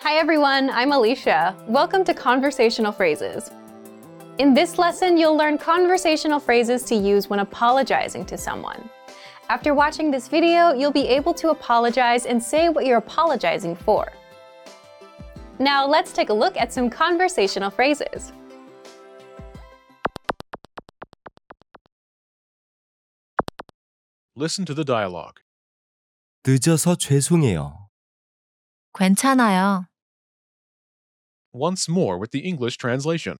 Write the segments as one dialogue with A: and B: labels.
A: Hi everyone, I'm Alicia. Welcome to Conversational Phrases. In this lesson, you'll learn conversational phrases to use when apologizing to someone. After watching this video, you'll be able to apologize and say what you're apologizing for. Now, let's take a look at some conversational phrases.
B: Listen to the dialogue.
C: 늦어서 죄송해요.
D: 괜찮아요.
B: Once more with the English translation.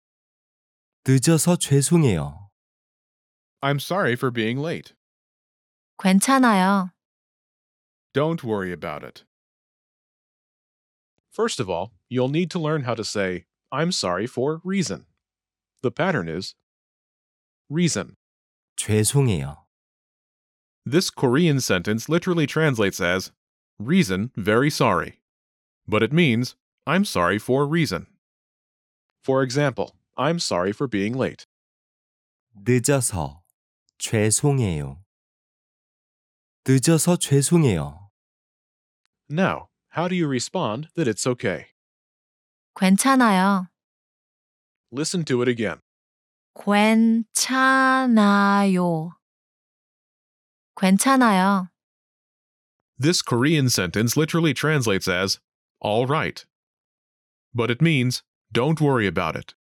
C: 늦어서 죄송해요.
B: I'm sorry for being late.
D: 괜찮아요.
B: Don't worry about it. First of all, you'll need to learn how to say, I'm sorry for reason. The pattern is reason.
C: 죄송해요.
B: This Korean sentence literally translates as reason very sorry. But it means I'm sorry for reason. For example, I'm sorry for being late.
C: 늦어서 죄송해요. 늦어서 죄송해요.
B: Now, how do you respond that it's okay?
D: 괜찮아요.
B: Listen to it again.
D: 괜찮아요. 괜찮아요.
B: This Korean sentence literally translates as, all right. But it means, don't worry about it.